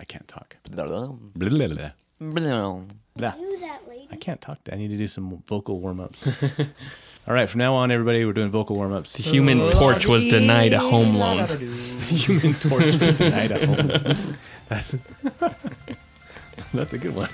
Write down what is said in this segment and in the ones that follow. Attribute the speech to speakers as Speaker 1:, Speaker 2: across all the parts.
Speaker 1: I can't talk. Blah,
Speaker 2: Blah.
Speaker 1: blah, blah,
Speaker 2: Blah.
Speaker 1: blah.
Speaker 3: Do that, lady.
Speaker 1: I can't talk. I need to do some vocal warm ups. All right, from now on, everybody, we're doing vocal warm ups.
Speaker 4: The human torch was denied a home loan.
Speaker 1: human torch was denied at home. That's, that's a good one.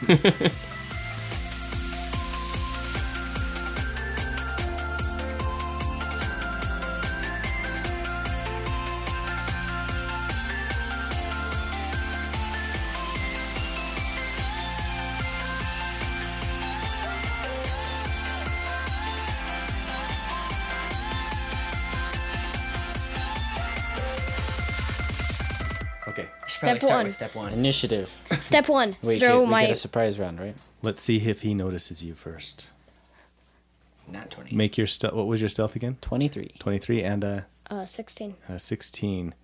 Speaker 1: Okay,
Speaker 3: Step
Speaker 5: Probably start
Speaker 3: one.
Speaker 5: with step one.
Speaker 6: Initiative.
Speaker 3: Step one.
Speaker 6: Wait,
Speaker 3: throw
Speaker 6: get, we
Speaker 3: my.
Speaker 6: get a surprise round, right?
Speaker 1: let's see if he notices you first.
Speaker 5: Not 20.
Speaker 1: Make your stealth. What was your stealth again?
Speaker 6: 23.
Speaker 1: 23 and a,
Speaker 3: Uh, sixteen.
Speaker 1: a 16.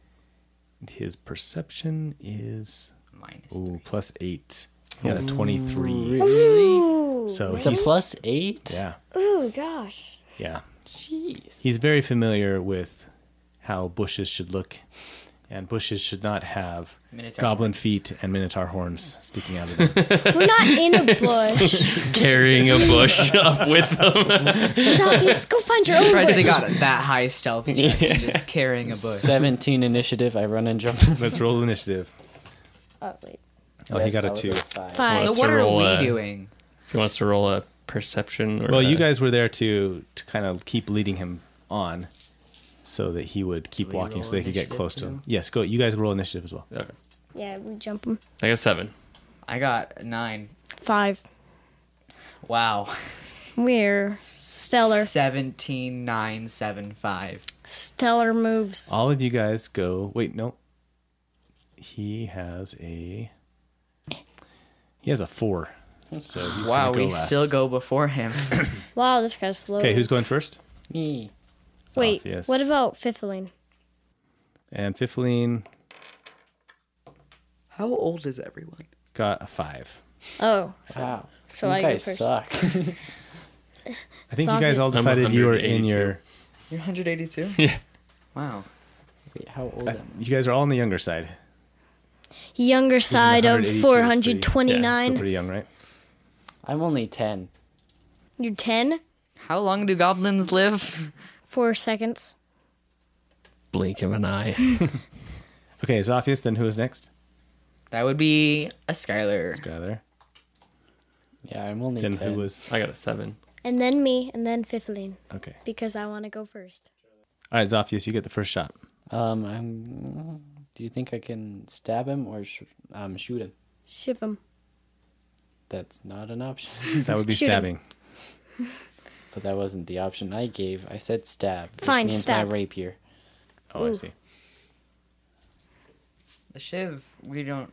Speaker 1: His perception is
Speaker 5: Minus
Speaker 1: ooh,
Speaker 5: three.
Speaker 1: plus 8. He had a 23.
Speaker 3: Ooh.
Speaker 1: So
Speaker 6: It's a
Speaker 1: he's-
Speaker 6: plus 8?
Speaker 1: Yeah,
Speaker 3: Ooh, gosh.
Speaker 1: yeah.
Speaker 6: Jeez.
Speaker 1: He's very familiar with how bushes should look, and bushes should not have
Speaker 5: Minotaur
Speaker 1: goblin
Speaker 5: horns.
Speaker 1: feet and minotaur horns sticking out of them.
Speaker 3: We're not in a bush.
Speaker 4: Carrying a bush up with them.
Speaker 3: It's obvious. Go find your own
Speaker 5: Surprised
Speaker 3: bush.
Speaker 5: they got that high stealth checks, just carrying a bush.
Speaker 6: 17 initiative. I run and jump.
Speaker 1: Let's roll initiative.
Speaker 3: Oh wait.
Speaker 1: Oh, he got a
Speaker 6: That was
Speaker 1: two.
Speaker 6: five.
Speaker 3: Five.
Speaker 5: So
Speaker 4: Let's
Speaker 5: what are
Speaker 4: roll,
Speaker 5: we
Speaker 4: uh,
Speaker 5: doing?
Speaker 4: He wants to roll a perception. Or
Speaker 1: Well, you
Speaker 4: a-
Speaker 1: guys were there to to kind of keep leading him on, so that he would keep
Speaker 5: we
Speaker 1: walking, so
Speaker 5: roll
Speaker 1: they could get
Speaker 5: initiative
Speaker 1: close to him.
Speaker 5: too?
Speaker 1: Yes, go. You guys roll initiative as well.
Speaker 4: Okay.
Speaker 3: Yeah, we jump them.
Speaker 4: I got seven.
Speaker 5: I got a nine.
Speaker 3: Five.
Speaker 5: Wow.
Speaker 3: We're stellar.
Speaker 5: Seventeen nine seven five.
Speaker 3: Stellar moves.
Speaker 1: All of you guys go. Wait, no. He has a. He has a four. So he's
Speaker 5: Wow,
Speaker 1: gonna go
Speaker 5: we
Speaker 1: last.
Speaker 5: still go before him.
Speaker 3: Wow, this guy's slow.
Speaker 1: Okay, who's going first?
Speaker 6: Me.
Speaker 3: Oh. Wait,
Speaker 1: off, yes.
Speaker 3: what about Fiffling?
Speaker 1: And Fifthline
Speaker 5: How old is everyone?
Speaker 1: got a five.
Speaker 3: Oh,
Speaker 6: Wow.
Speaker 3: so
Speaker 6: you
Speaker 3: I go
Speaker 6: guys
Speaker 3: first.
Speaker 6: suck.
Speaker 1: I think
Speaker 3: It's
Speaker 1: you guys
Speaker 3: obvious.
Speaker 1: all
Speaker 3: I'm
Speaker 1: decided you were in
Speaker 4: 182.
Speaker 1: your.
Speaker 5: You're 182?
Speaker 4: Yeah.
Speaker 5: Wow.
Speaker 6: Wait, how old am
Speaker 1: You guys are all on the younger side.
Speaker 3: Younger side of
Speaker 1: 182 is pretty-
Speaker 4: yeah,
Speaker 1: Still
Speaker 3: 429.
Speaker 1: pretty young, right?
Speaker 6: I? I'm only 10.
Speaker 3: You're 10?
Speaker 5: How long do goblins live?
Speaker 3: Four seconds.
Speaker 4: Blink of an eye.
Speaker 1: Okay, Zophius. Then who is next?
Speaker 5: That would be a Skylar.
Speaker 1: Skylar.
Speaker 6: Yeah, I'm only
Speaker 1: Then
Speaker 6: 10.
Speaker 1: who was?
Speaker 4: I got a seven.
Speaker 3: And then me, and then Fiffling,
Speaker 1: Okay.
Speaker 3: because I want to go first.
Speaker 1: All right, Zophius, you get the first shot.
Speaker 6: Um, I'm. Do you think I can stab him or sh- um, shoot him?
Speaker 3: Shiv him.
Speaker 6: That's not an option.
Speaker 1: That would be
Speaker 3: Shoot him.
Speaker 1: stabbing.
Speaker 6: but that wasn't the option I gave. I said stab. which
Speaker 3: Fine,
Speaker 6: means
Speaker 3: stab.
Speaker 6: My rapier.
Speaker 1: Oh, I
Speaker 3: Ooh.
Speaker 1: see.
Speaker 5: The Shiv, we don't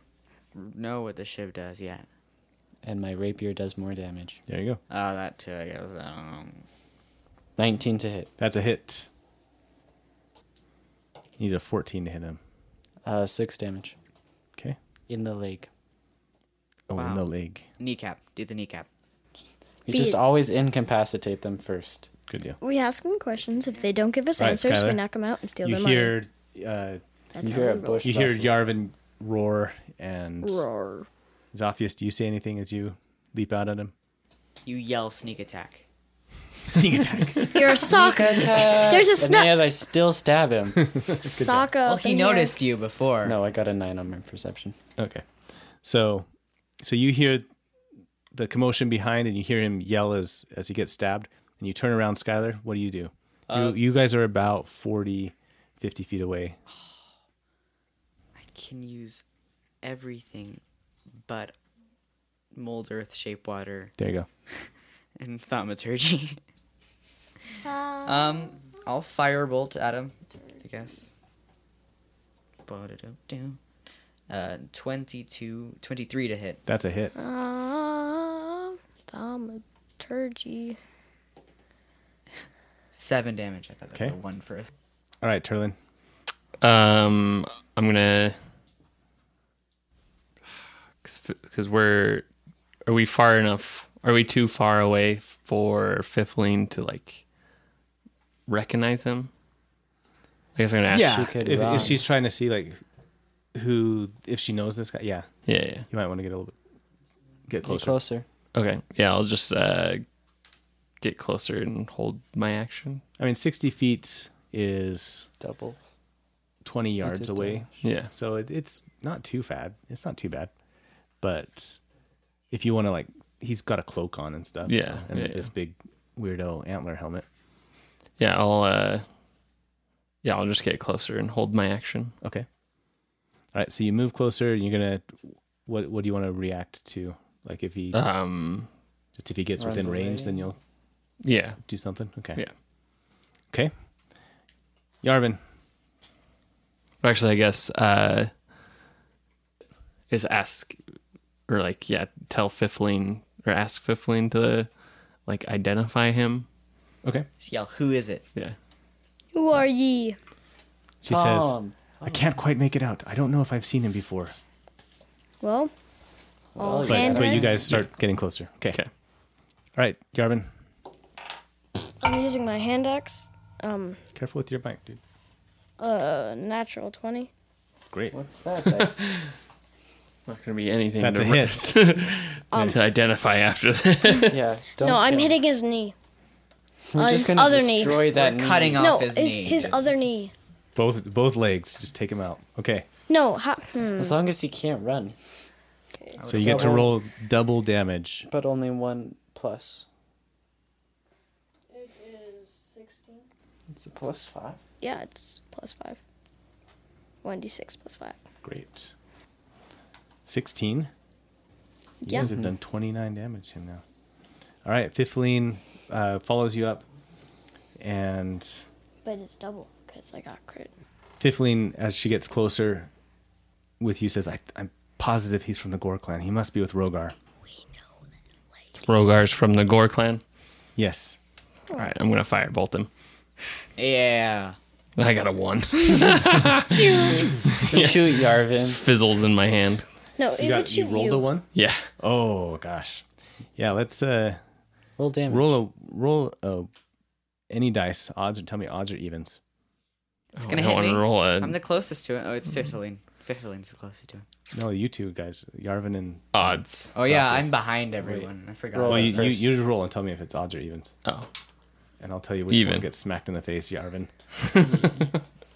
Speaker 5: know what the Shiv does yet.
Speaker 6: And my rapier does more damage.
Speaker 1: There you go.
Speaker 5: Oh, that too, I guess. I don't know.
Speaker 6: 19 to hit.
Speaker 1: That's a hit. You need a 14 to hit him.
Speaker 6: Uh, 6 damage.
Speaker 1: Okay.
Speaker 6: In the leg.
Speaker 1: Oh, in
Speaker 5: Wow.
Speaker 1: the leg.
Speaker 5: Kneecap. Do the kneecap.
Speaker 6: You
Speaker 3: Be-
Speaker 6: just always incapacitate them first.
Speaker 1: Good deal.
Speaker 3: We ask them questions. If they don't give us
Speaker 1: Right,
Speaker 3: answers, we
Speaker 1: Skylar.
Speaker 3: knock them out and steal
Speaker 1: You
Speaker 3: their
Speaker 1: hear, uh,
Speaker 3: money. That's
Speaker 6: you
Speaker 3: how
Speaker 6: hear a
Speaker 3: we roll.
Speaker 6: bush.
Speaker 1: you hear
Speaker 6: rustle.
Speaker 1: Yarvin roar, and
Speaker 3: Roar.
Speaker 1: Zophius, do you say anything as you leap out at him?
Speaker 5: You yell sneak attack.
Speaker 1: Sneak attack.
Speaker 3: You're a sock. There's a
Speaker 6: And yet
Speaker 3: snap.
Speaker 6: I still stab him.
Speaker 3: Sock up.
Speaker 5: Well, he
Speaker 3: in here.
Speaker 5: noticed you before.
Speaker 6: no, I got a 9 on my perception.
Speaker 1: okay. So, so you hear the commotion behind, and you hear him yell as as he gets stabbed, and you turn around, Skylar. What do you do? you, you guys are about 40, 50 feet away.
Speaker 5: I can use everything but mold earth shape water
Speaker 1: There you go.
Speaker 5: and thaumaturgy. um, I'll firebolt at him, I guess. Ba-da-da-do. Uh, 22, 23 to hit.
Speaker 1: That's a hit.
Speaker 3: Um, thaumaturgy.
Speaker 5: Seven damage. I thought that was
Speaker 1: Okay.
Speaker 5: a one first.
Speaker 1: All right, Turlin.
Speaker 4: Um, I'm gonna. Because we're, are we far enough? Are we too far away for Fifthling to like recognize him? I guess I'm gonna ask.
Speaker 6: she could
Speaker 1: if,
Speaker 6: run.
Speaker 1: if she's trying to see like who if she knows this guy. Yeah,
Speaker 4: Yeah, yeah.
Speaker 1: you might want to get a little bit get
Speaker 6: Get
Speaker 1: closer.
Speaker 6: closer.
Speaker 4: Okay. Yeah, I'll just uh, get closer and hold my action.
Speaker 1: I mean, sixty feet is
Speaker 6: Double.
Speaker 1: twenty yards
Speaker 6: It's a
Speaker 1: away,
Speaker 6: dash.
Speaker 4: Yeah.
Speaker 1: so it, it's not too bad. It's not too bad, but if you want to like, he's got a cloak on and stuff.
Speaker 4: Yeah,
Speaker 1: so, and
Speaker 4: yeah,
Speaker 1: this
Speaker 4: yeah.
Speaker 1: big weirdo antler helmet.
Speaker 4: Yeah, I'll uh yeah, I'll just get closer and hold my action.
Speaker 1: Okay. All right, so you move closer. and You're gonna. What What do you want to react to? Like if he
Speaker 4: Um
Speaker 1: just if he gets
Speaker 6: runs
Speaker 1: within
Speaker 6: away.
Speaker 1: range, then you'll
Speaker 4: yeah.
Speaker 1: do something. Okay.
Speaker 4: Yeah.
Speaker 1: Okay. Yarvin,
Speaker 4: Actually I guess uh is ask or like yeah, tell Fifling or ask Fifling to like identify him.
Speaker 1: Okay.
Speaker 5: Just yell, who is it?
Speaker 4: Yeah.
Speaker 3: Who are ye?
Speaker 1: She says,
Speaker 6: Tom.
Speaker 1: I can't quite make it out. I don't know if I've seen him before.
Speaker 3: Well, all
Speaker 6: Well,
Speaker 1: But,
Speaker 3: hand
Speaker 1: but you
Speaker 3: raised.
Speaker 1: guys start getting closer. Okay.
Speaker 4: Okay.
Speaker 1: All right, Yarvin,
Speaker 3: I'm using my hand axe. Um,
Speaker 1: careful with your mic, dude.
Speaker 3: uh, natural twenty.
Speaker 1: Great.
Speaker 6: What's that? dice?
Speaker 4: Not gonna be anything
Speaker 1: That's
Speaker 4: to,
Speaker 1: a hit.
Speaker 5: Um.
Speaker 4: to identify after that.
Speaker 6: yeah. Don't
Speaker 3: no, I'm
Speaker 6: kill.
Speaker 3: hitting his knee.
Speaker 6: We're
Speaker 3: uh,
Speaker 6: just
Speaker 3: his
Speaker 6: gonna
Speaker 3: other knee.
Speaker 6: destroy that knee.
Speaker 5: Uh, Cutting
Speaker 3: no,
Speaker 5: off his, knee.
Speaker 3: his other knee.
Speaker 1: both both legs. Just take him out. Okay.
Speaker 3: No, ha- hmm.
Speaker 6: As long as he can't run,
Speaker 1: So you get to
Speaker 6: double.
Speaker 1: roll double damage.
Speaker 6: but only one plus.
Speaker 3: It is sixteen.
Speaker 6: It's a plus five.
Speaker 3: Yeah, it's plus five. One d six plus five.
Speaker 1: Great. Sixteen. You
Speaker 3: Yeah.
Speaker 1: guys have done 29 damage to him now. All right, Fifthline uh, follows you up. And
Speaker 3: But it's double because I got crit.
Speaker 1: Fifthline, as she gets closer with you, says, I, I'm positive he's from the Gore clan. He must be with Rogar.
Speaker 4: Rogar's from the Gore clan.
Speaker 1: Yes.
Speaker 4: Alright, I'm gonna firebolt him.
Speaker 5: Yeah.
Speaker 4: I got a one.
Speaker 6: Don't shoot Yarvin.
Speaker 4: Fizzles in my hand.
Speaker 3: No, it
Speaker 1: You,
Speaker 3: would
Speaker 1: got, you
Speaker 3: shoot
Speaker 1: rolled
Speaker 3: you.
Speaker 1: a one?
Speaker 4: Yeah.
Speaker 1: Oh, gosh. Yeah, let's uh,
Speaker 6: Roll damage.
Speaker 1: roll a roll a, any dice. Odds or tell me odds or evens.
Speaker 5: It's
Speaker 4: Oh,
Speaker 5: gonna
Speaker 4: I don't
Speaker 5: hit
Speaker 4: wanna
Speaker 5: me.
Speaker 4: roll a-
Speaker 5: I'm the closest to it. Oh, it's Fifthaline. Fifthalin's the closest to it.
Speaker 1: No, you two guys, Yarvin and.
Speaker 4: odds.
Speaker 5: Oh yeah, I'm
Speaker 1: Southwest.
Speaker 5: behind everyone. I forgot.
Speaker 6: Roll
Speaker 1: Well,
Speaker 6: it
Speaker 1: you, you,
Speaker 6: first.
Speaker 1: you just roll and tell me if it's odds or evens.
Speaker 4: Oh.
Speaker 1: And I'll tell you which one
Speaker 4: Even.
Speaker 1: gets smacked in the face, Yarvin.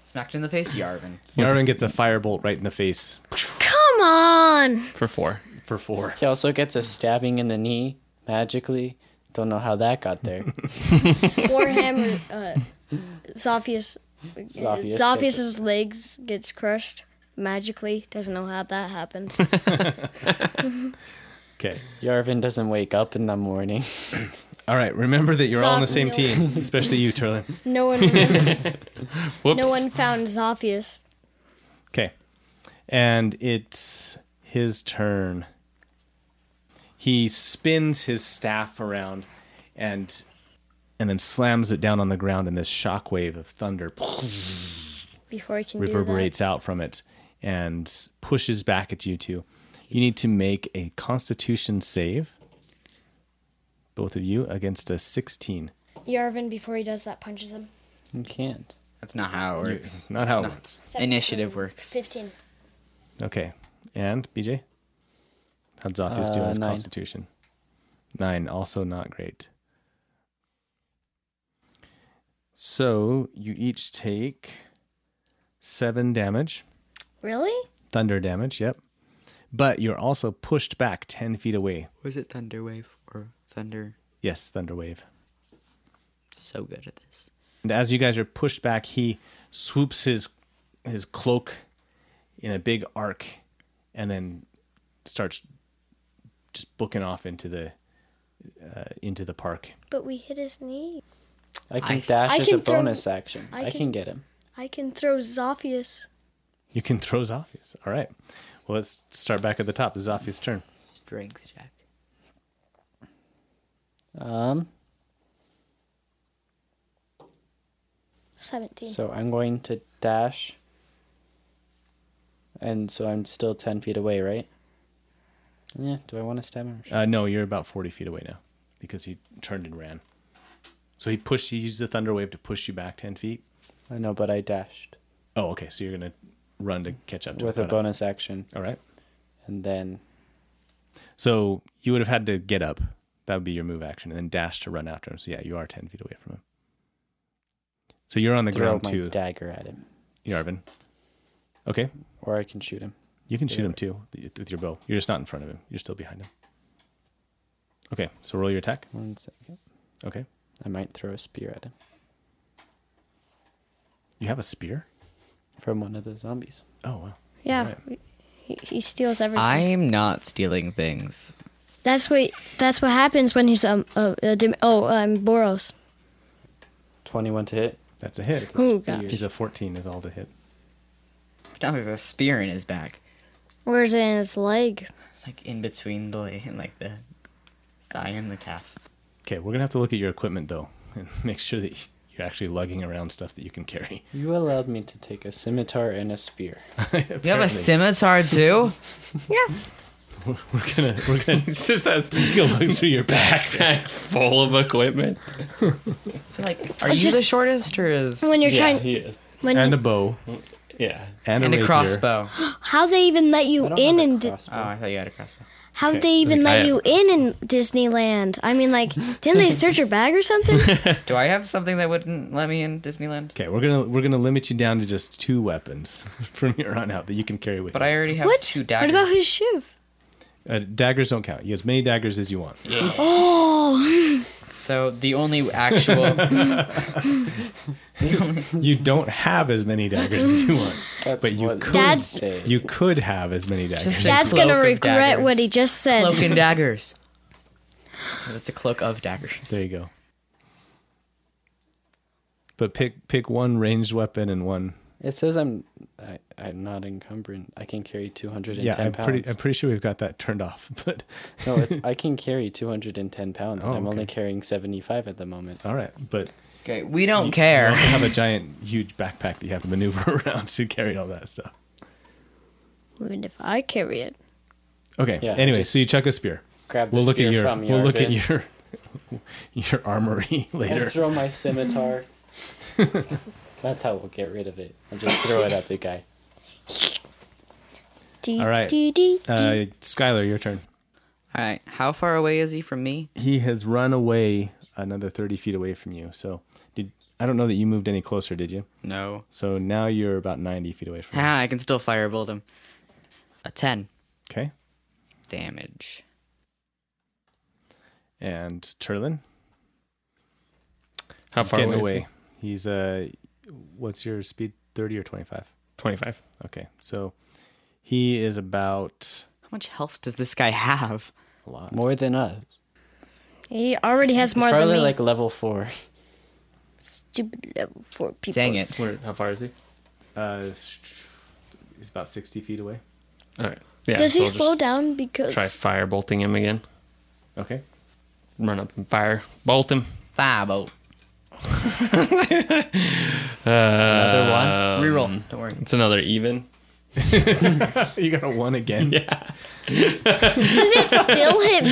Speaker 5: Smacked in the face, Yarvin.
Speaker 1: Yarvin gets a firebolt right in the face
Speaker 3: Come on!
Speaker 4: For four.
Speaker 1: for four.
Speaker 6: He also gets a stabbing in the knee magically. Don't know how that got there.
Speaker 3: Warhammer, uh, Zophius,
Speaker 6: Zophius
Speaker 3: Zophius Zophius's legs gets crushed magically. Doesn't know how that happened.
Speaker 1: Okay.
Speaker 6: Yarvin doesn't wake up in the morning.
Speaker 1: All right. Remember that you're all on the
Speaker 3: Zop-
Speaker 1: same
Speaker 3: no.
Speaker 1: team, especially you, Turlin.
Speaker 3: No one,
Speaker 4: Whoops.
Speaker 3: no one found Zophius.
Speaker 1: Okay. And it's his turn. He spins his staff around and and then slams it down on the ground and this shockwave of thunder
Speaker 3: Before he can
Speaker 1: reverberates out from it and pushes back at you two. You need to make a constitution save. Both of you against a 16.
Speaker 3: do that, Yarvin before he does that punches him.
Speaker 6: You can't.
Speaker 5: That's not how it works.
Speaker 1: Not how it works.
Speaker 5: Initiative works.
Speaker 3: Fifteen.
Speaker 1: Okay. And BJ? How'd Zophius do on
Speaker 6: Uh,
Speaker 1: his
Speaker 6: nine.
Speaker 1: constitution? Nine, also not great. So you each take seven damage,
Speaker 3: Really?
Speaker 1: thunder damage, yep. But you're also pushed back 10 feet away.
Speaker 5: Was it Thunderwave or Thunder?
Speaker 1: Yes, thunder wave.
Speaker 5: So good at this.
Speaker 1: And as you guys are pushed back, he swoops his his cloak in a big arc, and then starts just booking off into the uh, into the park.
Speaker 3: But we hit his knee.
Speaker 6: I
Speaker 5: I
Speaker 6: can
Speaker 5: f-
Speaker 6: dash
Speaker 3: I
Speaker 6: as
Speaker 3: can
Speaker 6: a
Speaker 3: throw-
Speaker 6: bonus action.
Speaker 3: I
Speaker 6: I
Speaker 3: can-
Speaker 6: can get him.
Speaker 3: I can throw Zophius.
Speaker 1: You can throw Zophius. All right. Well, let's start back at the top. It's Zophius' turn.
Speaker 5: Strength check.
Speaker 6: Um,
Speaker 3: Seventeen.
Speaker 6: so I'm going to dash. And so I'm still 10 feet away, right? Yeah, do I want to stab him? Or should-
Speaker 1: Uh, no, you're about forty feet away now, because he turned and ran. So he pushed. He used the thunder wave to push you back ten feet.
Speaker 6: I know, but I dashed.
Speaker 1: Oh, okay. So you're gonna run to catch up to
Speaker 6: with a
Speaker 1: Fiona.
Speaker 6: bonus action,
Speaker 1: All right.
Speaker 6: and then
Speaker 1: So you would have had to get up. That would be your move action, and then dash to run after him. So yeah, you are ten feet away from him. So you're on the
Speaker 6: throw
Speaker 1: ground
Speaker 6: my
Speaker 1: too,
Speaker 6: dagger at him,
Speaker 1: Yarvin. Okay,
Speaker 6: or I can shoot him.
Speaker 1: you can shoot him too with your bow. You're just not in front of him. You're still behind him. Okay, so roll your attack.
Speaker 6: One second.
Speaker 1: Okay,
Speaker 6: I might throw a spear at him
Speaker 1: you have a spear.
Speaker 6: from one of the zombies.
Speaker 1: Oh wow.
Speaker 3: Yeah.
Speaker 1: Right.
Speaker 3: we- He, he steals everything.
Speaker 5: I'm not stealing things.
Speaker 3: That's what that's what happens when he's um uh, uh dim- oh um Boros.
Speaker 6: Twenty-one to hit.
Speaker 1: That's a hit.
Speaker 3: Oh
Speaker 6: Spear.
Speaker 3: gosh.
Speaker 1: He's a 14 is all to hit.
Speaker 5: Now there's a spear in his back,
Speaker 3: Where's it in his leg?
Speaker 5: like in between the leg- like the thigh and the calf.
Speaker 1: Okay, we're gonna have to look at your equipment though, and make sure that you're actually lugging around stuff that you can carry.
Speaker 6: You allowed me to take a scimitar and a spear.
Speaker 5: You have a scimitar too?
Speaker 1: We're gonna we're gonna
Speaker 4: It's just that
Speaker 1: you go look through your backpack.
Speaker 4: backpack full of equipment.
Speaker 5: I feel like, are
Speaker 3: I
Speaker 5: you the
Speaker 3: just-
Speaker 5: shortest or is
Speaker 3: When you're
Speaker 4: yeah,
Speaker 3: trying
Speaker 4: he is.
Speaker 3: when
Speaker 1: and a bow
Speaker 4: Yeah.
Speaker 1: and,
Speaker 5: and
Speaker 1: a,
Speaker 5: a
Speaker 1: rapier.
Speaker 5: crossbow? Oh,
Speaker 3: how they even let you
Speaker 6: I don't
Speaker 3: in
Speaker 6: have a
Speaker 3: and di-
Speaker 6: crossbow.
Speaker 1: Ah,
Speaker 5: I thought you had a crossbow.
Speaker 3: how they even
Speaker 4: I
Speaker 3: let
Speaker 4: have
Speaker 3: you in in Disneyland. I mean, like, didn't they search your bag or something?
Speaker 5: Do I have something that wouldn't let me in Disneyland?
Speaker 1: Okay, we're gonna we're gonna limit you down to just two weapons from here on out that you can carry with
Speaker 5: But
Speaker 1: you.
Speaker 5: I already have
Speaker 3: What?
Speaker 5: two
Speaker 3: What
Speaker 5: daggers.
Speaker 3: about his shiv?
Speaker 1: uh, daggers don't count. You have as many daggers as you want.
Speaker 3: Oh,
Speaker 5: So the only actual
Speaker 1: You don't have as many daggers as you want.
Speaker 6: That's
Speaker 1: But you
Speaker 6: what
Speaker 1: could-
Speaker 6: they
Speaker 3: Dad-
Speaker 6: say.
Speaker 1: You could have as many daggers.
Speaker 5: Just-
Speaker 3: that's
Speaker 5: Cloak
Speaker 3: gonna
Speaker 5: of
Speaker 3: regret what he
Speaker 5: daggers.
Speaker 3: just said.
Speaker 5: cloak and daggers. So that's a cloak of daggers.
Speaker 1: there you go. But pick pick one ranged weapon and one.
Speaker 6: It says I'm I, I'm not encumbered. I can carry 210
Speaker 1: yeah, I'm
Speaker 6: pounds.
Speaker 1: pretty I'm pretty sure we've got that turned off. But
Speaker 6: no, it's, I can carry 210 pounds, and
Speaker 1: Oh,
Speaker 6: I'm only
Speaker 1: okay. Uh,
Speaker 6: carrying 75 at the moment.
Speaker 1: all right, but
Speaker 5: Okay, we don't care.
Speaker 1: You also have a giant, huge backpack that you have to maneuver around to carry all that stuff.
Speaker 3: Even if I carry it,
Speaker 1: Okay.
Speaker 6: Yeah,
Speaker 1: anyway,
Speaker 6: just
Speaker 1: so you chuck a spear.
Speaker 6: Grab the
Speaker 1: We'll look
Speaker 6: spear
Speaker 1: at your.
Speaker 6: from
Speaker 1: We'll look at
Speaker 6: Yarvin.
Speaker 1: your. Your armory
Speaker 6: I'll
Speaker 1: later.
Speaker 6: throw my scimitar. That's how we'll get rid of it. I'll just throw it at the guy.
Speaker 3: Dee,
Speaker 1: All right.
Speaker 3: dee, dee, dee.
Speaker 1: Uh, Skylar, your turn.
Speaker 5: All right, how far away is he from me?
Speaker 1: He has run away another thirty feet away from you. So did I don't know that you moved any closer, did you?
Speaker 5: No.
Speaker 1: So now you're about ninety feet away from. him.
Speaker 5: Ah, I can still firebolt him. A ten
Speaker 1: Okay.
Speaker 5: damage.
Speaker 1: And Turlin,
Speaker 4: How
Speaker 1: he's
Speaker 4: far
Speaker 1: getting
Speaker 4: away?
Speaker 1: away. He's uh, what's your speed? Thirty or twenty-five?
Speaker 4: Twenty-five.
Speaker 1: Okay, so he is about
Speaker 5: How much health does this guy have?
Speaker 1: a lot.
Speaker 6: More than us.
Speaker 3: he already has
Speaker 6: It's
Speaker 3: more than
Speaker 6: probably
Speaker 3: me.
Speaker 6: like level four.
Speaker 3: Stupid level four people.
Speaker 5: Dang it!
Speaker 4: Where, how far is he?
Speaker 1: Uh, he's about sixty feet away.
Speaker 4: All right. Yeah.
Speaker 3: Does
Speaker 4: so
Speaker 3: he
Speaker 4: I'll just
Speaker 3: slow down because
Speaker 4: Try firebolting him again.
Speaker 1: Okay.
Speaker 4: Run up and fire bolt him.
Speaker 5: Firebolt.
Speaker 4: Uh,
Speaker 5: Another one. Reroll. Don't worry.
Speaker 4: it's another even.
Speaker 1: You got a one again.
Speaker 3: Does it still hit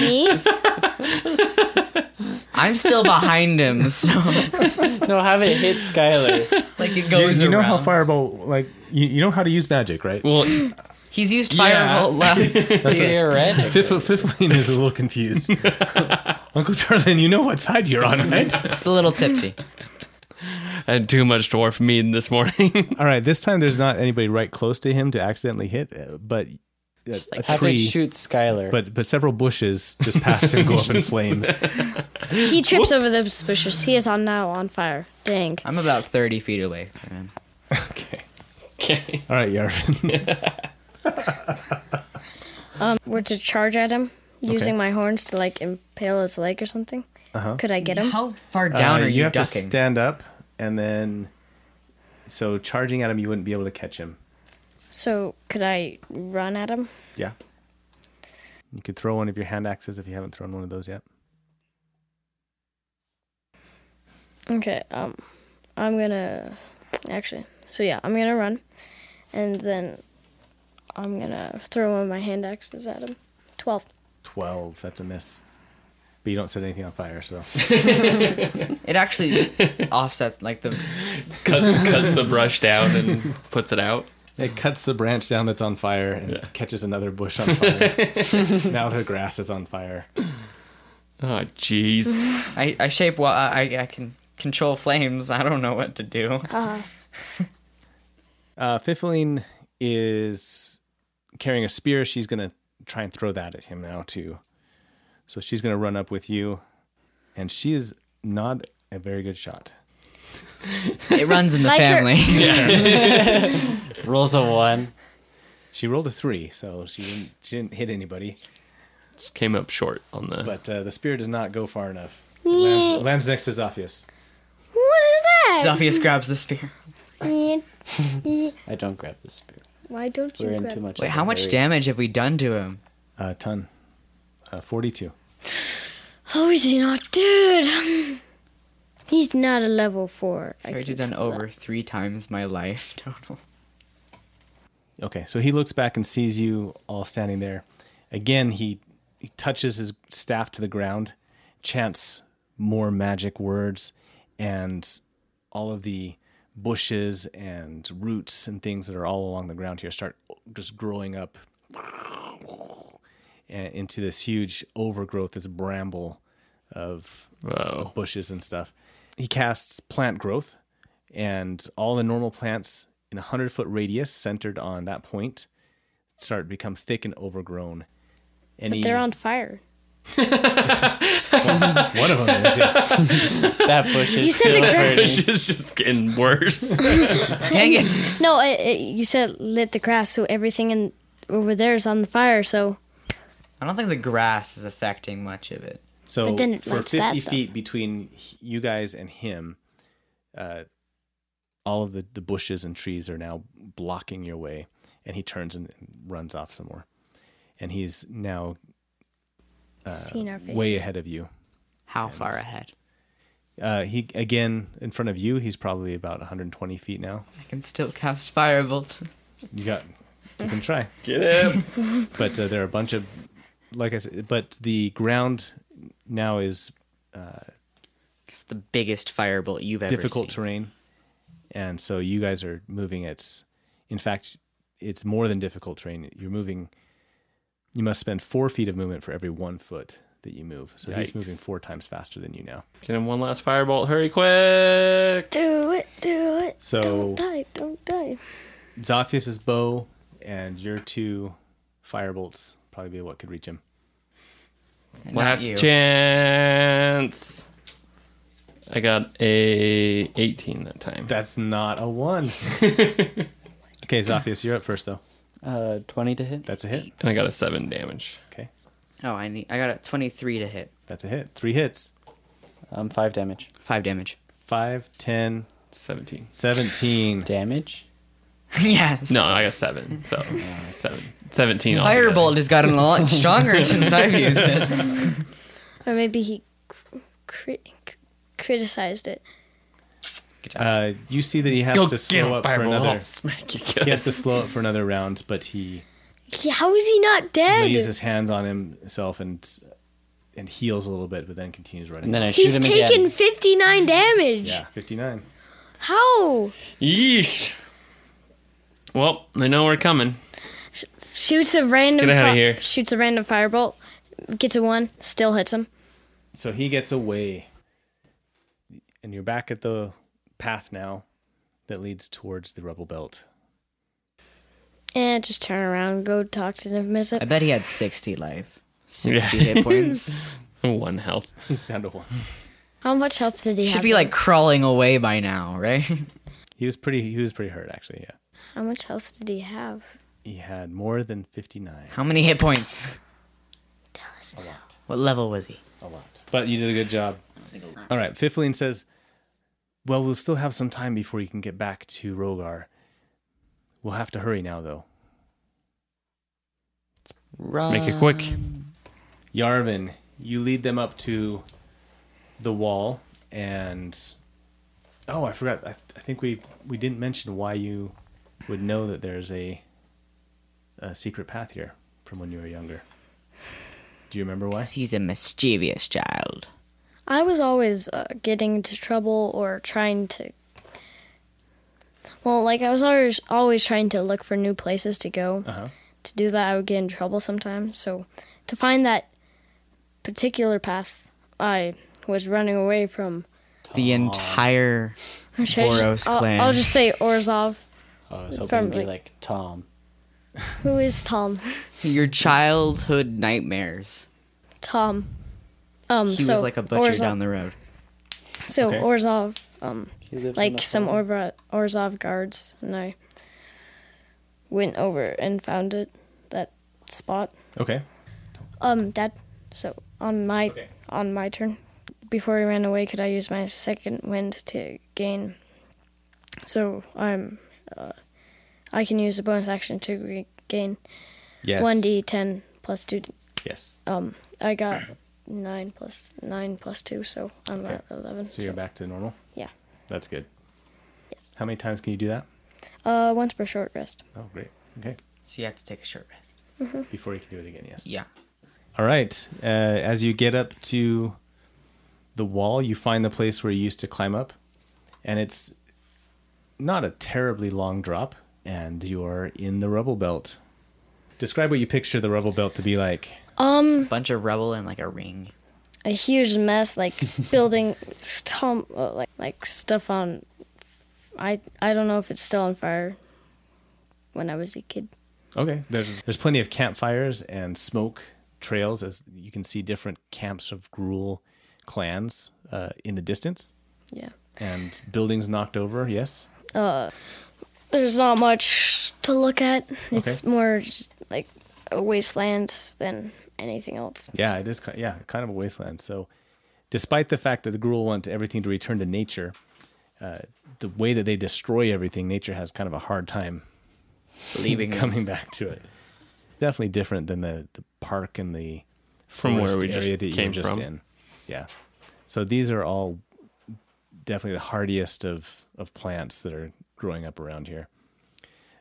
Speaker 3: me?
Speaker 5: I'm still behind him, so
Speaker 6: No, have it hit Skylar.
Speaker 5: like it goes
Speaker 1: You know how
Speaker 5: around.
Speaker 1: fireball like you, you know how to use magic, right?
Speaker 4: Well,
Speaker 5: He's used
Speaker 4: Yeah.
Speaker 5: firebolt left.
Speaker 6: Theoretically.
Speaker 1: Fifth Fifthline is a little confused. Uncle Turlin, you know what side you're on, right?
Speaker 5: It's a little tipsy.
Speaker 4: I had too much dwarf meat this morning.
Speaker 1: All right, this time there's not anybody right close to him to accidentally hit, uh, but uh, a
Speaker 5: like-
Speaker 6: Have it
Speaker 1: tree,
Speaker 6: shoot Skylar.
Speaker 1: but but several bushes just past him go up in flames.
Speaker 3: He trips over those bushes. He is on now on fire. Dang.
Speaker 5: I'm about thirty feet away. from him.
Speaker 1: Okay.
Speaker 4: okay.
Speaker 1: All right, Yarvin.
Speaker 3: Um, Were to charge at him using
Speaker 1: Okay.
Speaker 3: my horns to like impale his leg or something. Uh-huh. Could I get him?
Speaker 5: How far down
Speaker 1: Uh,
Speaker 5: are you,
Speaker 1: have to
Speaker 5: ducking?
Speaker 1: stand up and then so charging at him you wouldn't be able to catch him.
Speaker 3: So could I run at him?
Speaker 1: Yeah. You could throw one of your hand axes if you haven't thrown one of those yet.
Speaker 3: Okay. Um, I'm gonna actually. So yeah, I'm gonna run, and then I'm gonna throw one of my hand axes at him. Twelve.
Speaker 1: 12. That's a miss. But you don't set anything on fire, so.
Speaker 5: It actually offsets like the
Speaker 4: Cuts cuts the brush down and puts it out.
Speaker 1: It cuts the branch down that's on fire and
Speaker 4: Yeah.
Speaker 1: catches another bush on fire. now their grass is on fire.
Speaker 4: Oh, jeez.
Speaker 5: I, I shape well. I I can control flames. I don't know what to do.
Speaker 1: Uh, Fifling is carrying a spear. She's going to try and throw that at him now, too. So she's going to run up with you. And she is not a very good shot.
Speaker 5: It runs in the
Speaker 3: Like your-
Speaker 5: family.
Speaker 6: Rolls a one.
Speaker 1: She rolled a three, so she didn't, she didn't hit anybody.
Speaker 4: Just came up short on the.
Speaker 1: But uh, the spear does not go far enough. It
Speaker 3: Eh.
Speaker 1: lands, lands next to Zophius.
Speaker 3: What is that?
Speaker 5: Zophius grabs the spear.
Speaker 6: I don't grab the spear.
Speaker 3: Why don't you
Speaker 6: We're in
Speaker 3: grab
Speaker 6: too much.
Speaker 5: Wait,
Speaker 6: of
Speaker 5: how
Speaker 6: a
Speaker 5: much
Speaker 6: hurry.
Speaker 5: damage have we done to him?
Speaker 1: A ton. Uh, 42.
Speaker 3: How Oh, is he not, dude? He's not a level four.
Speaker 5: I've already done over three times my life total.
Speaker 1: Okay, so he looks back and sees you all standing there. Again, he, he touches his staff to the ground, chants more magic words, and all of the bushes and roots and things that are all along the ground here start just growing up eh, into this huge overgrowth, this bramble of
Speaker 4: Whoa.
Speaker 1: bushes and stuff. He casts plant growth, and all the normal plants in a hundred foot radius centered on that point start to become thick and overgrown. Any
Speaker 3: They're on fire.
Speaker 1: one of them is yeah.
Speaker 6: That bush is
Speaker 3: You said the
Speaker 6: still
Speaker 3: gra-
Speaker 6: burning.
Speaker 4: It's just, just getting worse.
Speaker 5: Dang it!
Speaker 3: No, it, it, you said lit the grass, so everything in over there is on the fire. So
Speaker 5: I don't think the grass is affecting much of it.
Speaker 1: So
Speaker 3: But then it
Speaker 1: for
Speaker 3: lights
Speaker 1: fifty
Speaker 3: that stuff.
Speaker 1: feet between h- you guys and him, uh, all of the, the bushes and trees are now blocking your way, and he turns and runs off some more, and he's now uh,
Speaker 3: Seen our
Speaker 1: way
Speaker 3: faces.
Speaker 1: ahead of you.
Speaker 5: How
Speaker 1: Yeah,
Speaker 5: far
Speaker 1: that's-
Speaker 5: ahead?
Speaker 1: Uh, he again in front of you. He's probably about 120 feet now.
Speaker 5: I can still cast firebolt.
Speaker 1: You got, you can try.
Speaker 4: Get him.
Speaker 1: But uh, there are a bunch of, like I said, but the ground now is
Speaker 5: It's the biggest firebolt you've ever
Speaker 1: difficult
Speaker 5: seen.
Speaker 1: terrain, and so you guys are moving. It's, in fact, it's more than difficult terrain. You're moving. You must spend four feet of movement for every one foot that you move. So he's
Speaker 4: Yikes.
Speaker 1: moving four times faster than you now.
Speaker 4: Get him one last firebolt. Hurry, quick.
Speaker 3: do it, do it.
Speaker 1: So
Speaker 3: Don't die, don't die.
Speaker 1: Zophius's bow and your two firebolts probably be what could reach him.
Speaker 5: Not you.
Speaker 4: Last chance. I got a 18 that time.
Speaker 1: That's not a one. okay, Zophius, you're up first though.
Speaker 6: Uh, twenty to hit.
Speaker 1: That's a hit.
Speaker 4: and I got a 7 damage.
Speaker 1: Okay,
Speaker 5: Oh, I need. I got a twenty-three to hit.
Speaker 1: that's a hit. Three hits.
Speaker 6: Um, five damage.
Speaker 5: Five damage.
Speaker 1: Five, ten,
Speaker 4: 17.
Speaker 1: seventeen.
Speaker 6: Damage.
Speaker 5: yes.
Speaker 4: No, I got 7. So, 7. 17 altogether.
Speaker 5: Firebolt has gotten a lot stronger since I've used it.
Speaker 3: Or maybe he cr- cri- c- criticized it.
Speaker 1: Uh, you see that he has
Speaker 4: Go
Speaker 1: to
Speaker 4: get him,
Speaker 1: slow up for
Speaker 4: Fireball. I'll
Speaker 1: another.
Speaker 4: smack you.
Speaker 1: He has to slow up for another round, but he
Speaker 3: He- How is he not dead?
Speaker 1: lays his hands on himself and and heals a little bit, but then continues running.
Speaker 6: And then I
Speaker 3: He's
Speaker 6: shoot him
Speaker 3: taken
Speaker 6: again.
Speaker 3: 59 damage.
Speaker 1: yeah, fifty nine.
Speaker 3: How?
Speaker 4: Yeesh. Well, they know we're coming.
Speaker 3: Shoots a random.
Speaker 4: Get outta
Speaker 3: fi-
Speaker 4: here.
Speaker 3: Shoots a random firebolt. Gets a one. Still hits him.
Speaker 1: So he gets away, and you're back at the path now that leads towards the rubble belt.
Speaker 3: And just turn around, go talk to him, miss
Speaker 5: I
Speaker 3: it.
Speaker 5: bet he had sixty life, sixty
Speaker 4: Yeah.
Speaker 5: hit points.
Speaker 4: One health.
Speaker 1: He's down to one.
Speaker 3: How much health did he have?
Speaker 5: Should be
Speaker 3: then?
Speaker 5: like crawling away by now, right?
Speaker 1: He was pretty. He was pretty hurt actually. Yeah,
Speaker 3: How much health did he have?
Speaker 1: he had more than fifty nine.
Speaker 5: How many hit points? What level was he?
Speaker 1: A lot. But you did a good job. All right. Fiflin says, "Well, we'll still have some time before you can get back to Rogar. We'll have to hurry now, though."
Speaker 5: Run.
Speaker 4: make it quick.
Speaker 5: Um,
Speaker 1: Yarvin, you lead them up to the wall, and oh, I forgot. I, I think we we didn't mention why you would know that there's a a secret path here from when you were younger. Do you remember why?
Speaker 5: He's a mischievous child.
Speaker 3: I was always uh, getting into trouble or trying to Well, like I was always always trying to look for new places to go.
Speaker 1: Uh-huh.
Speaker 3: To do that, I would get in trouble sometimes. So, to find that particular path, I was running away from.
Speaker 5: The entire
Speaker 3: Should I just-
Speaker 5: Boros
Speaker 3: I'll,
Speaker 5: clan.
Speaker 3: I'll just say Orzov.
Speaker 6: Oh, I was hoping
Speaker 3: From,
Speaker 6: it'd be
Speaker 3: like-
Speaker 6: like Tom.
Speaker 3: Who is Tom?
Speaker 5: your childhood nightmares.
Speaker 3: Tom. Um,
Speaker 5: He
Speaker 3: so
Speaker 5: was like a butcher down the road.
Speaker 3: So
Speaker 1: Okay.
Speaker 3: Orzov, um,
Speaker 6: He lives on
Speaker 3: like
Speaker 6: the
Speaker 3: some
Speaker 6: farm.
Speaker 3: Orva- Orzov guards, and I went over and found it that spot.
Speaker 1: Okay.
Speaker 3: Um, Dad. So on my
Speaker 1: Okay.
Speaker 3: on my turn, before he ran away, could I use my second wind to gain? So I'm, uh, I can use a bonus action to re- gain
Speaker 1: Yes.
Speaker 3: one d ten plus two. d-
Speaker 1: Yes.
Speaker 3: Um, I got nine plus nine plus two, so I'm
Speaker 1: Okay.
Speaker 3: at eleven.
Speaker 1: So you're back to normal.
Speaker 3: Yeah.
Speaker 1: That's good.
Speaker 3: Yes.
Speaker 1: How many times can you do that?
Speaker 3: Uh, once per short rest.
Speaker 1: Oh, great. Okay.
Speaker 5: So you have to take a short rest.
Speaker 1: Before you can do it again. Yes.
Speaker 5: Yeah.
Speaker 1: All right. Uh, as you get up to the wall, you find the place where you used to climb up, and it's not a terribly long drop, and you are in the rubble belt. Describe what you picture the rubble belt to be like.
Speaker 5: Bunch of rubble and like a ring.
Speaker 3: a huge mess, like building stom- uh, like like stuff on. I I don't know if it's still on fire. When I was a kid,
Speaker 1: Okay. There's there's plenty of campfires and smoke trails as you can see different camps of gruel clans uh, in the distance
Speaker 3: yeah.
Speaker 1: and buildings knocked over. Yes.
Speaker 3: There's not much to look at. It's
Speaker 1: Okay.
Speaker 3: more just like a wasteland than anything else.
Speaker 1: Yeah, it is. ki- Yeah, kind of a wasteland. So, despite the fact that the Gruul want everything to return to nature, uh, the way that they destroy everything, nature has kind of a hard time
Speaker 5: Leaving them.
Speaker 1: coming back to it. Definitely different than the, the park and the
Speaker 4: From where
Speaker 1: forest
Speaker 4: we just
Speaker 1: area that you
Speaker 4: came
Speaker 1: were just
Speaker 4: from.
Speaker 1: in. Yeah. So these are all definitely the hardiest of of plants that are growing up around here.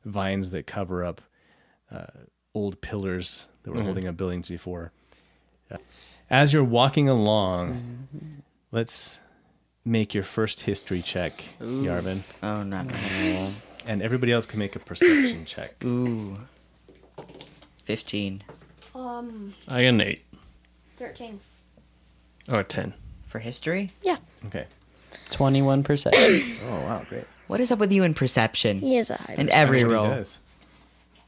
Speaker 1: Vines that cover up uh, old pillars that
Speaker 4: Mm-hmm.
Speaker 1: were holding up buildings before. Uh, As you're walking along,
Speaker 4: Mm-hmm.
Speaker 1: let's make your first history check, Yarvin,
Speaker 5: Oh, not
Speaker 1: and everybody else can make a perception check.
Speaker 5: Ooh. 15
Speaker 3: Um,
Speaker 4: I got an eight.
Speaker 3: thirteen.
Speaker 4: Oh, a ten.
Speaker 5: for history?
Speaker 3: Yeah,
Speaker 1: Okay.
Speaker 6: 21%.
Speaker 1: Oh wow, great.
Speaker 5: What is up with you in perception?
Speaker 3: he is a high.
Speaker 5: And
Speaker 3: risk.
Speaker 5: every
Speaker 1: That's what he
Speaker 5: roll.
Speaker 1: does.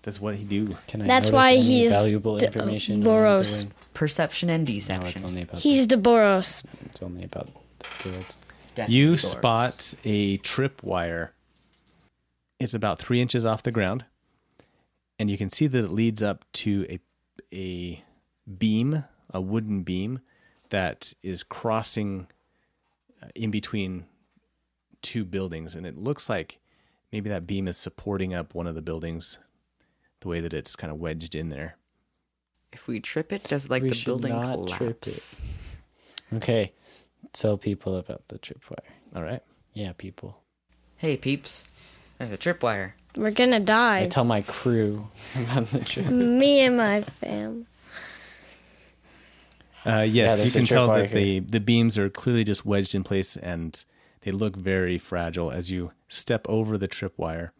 Speaker 1: That's what he do.
Speaker 6: Can I
Speaker 3: That's
Speaker 6: notice
Speaker 3: why
Speaker 6: any
Speaker 3: he is
Speaker 6: valuable
Speaker 3: d-
Speaker 6: information?
Speaker 3: uh,
Speaker 6: on the
Speaker 3: Boros.
Speaker 6: building?
Speaker 5: Perception and
Speaker 6: No, it's
Speaker 5: deception.
Speaker 6: only about
Speaker 3: He's the Boros.
Speaker 6: the, it's only about the guild.
Speaker 5: Definitely
Speaker 1: You
Speaker 5: yours.
Speaker 1: spot a tripwire. It's about three inches off the ground, and you can see that it leads up to a a beam, a wooden beam that is crossing uh, in between two buildings, and it looks like maybe that beam is supporting up one of the buildings, the way that it's kind of wedged in there.
Speaker 5: If we trip it, does like
Speaker 6: We
Speaker 5: the
Speaker 6: should
Speaker 5: building
Speaker 6: not
Speaker 5: collapse?
Speaker 6: trip Okay. Tell people about the tripwire.
Speaker 1: All right.
Speaker 6: Yeah, people.
Speaker 5: Hey, peeps. There's a tripwire.
Speaker 3: We're gonna
Speaker 6: I
Speaker 3: die.
Speaker 6: tell my crew about the trip.
Speaker 3: Me and my fam.
Speaker 1: Uh, yes,
Speaker 6: there's
Speaker 1: you
Speaker 6: a
Speaker 1: can tell
Speaker 6: tripwire
Speaker 1: that the, the beams are clearly just wedged in place and they look very fragile as you step over the tripwire.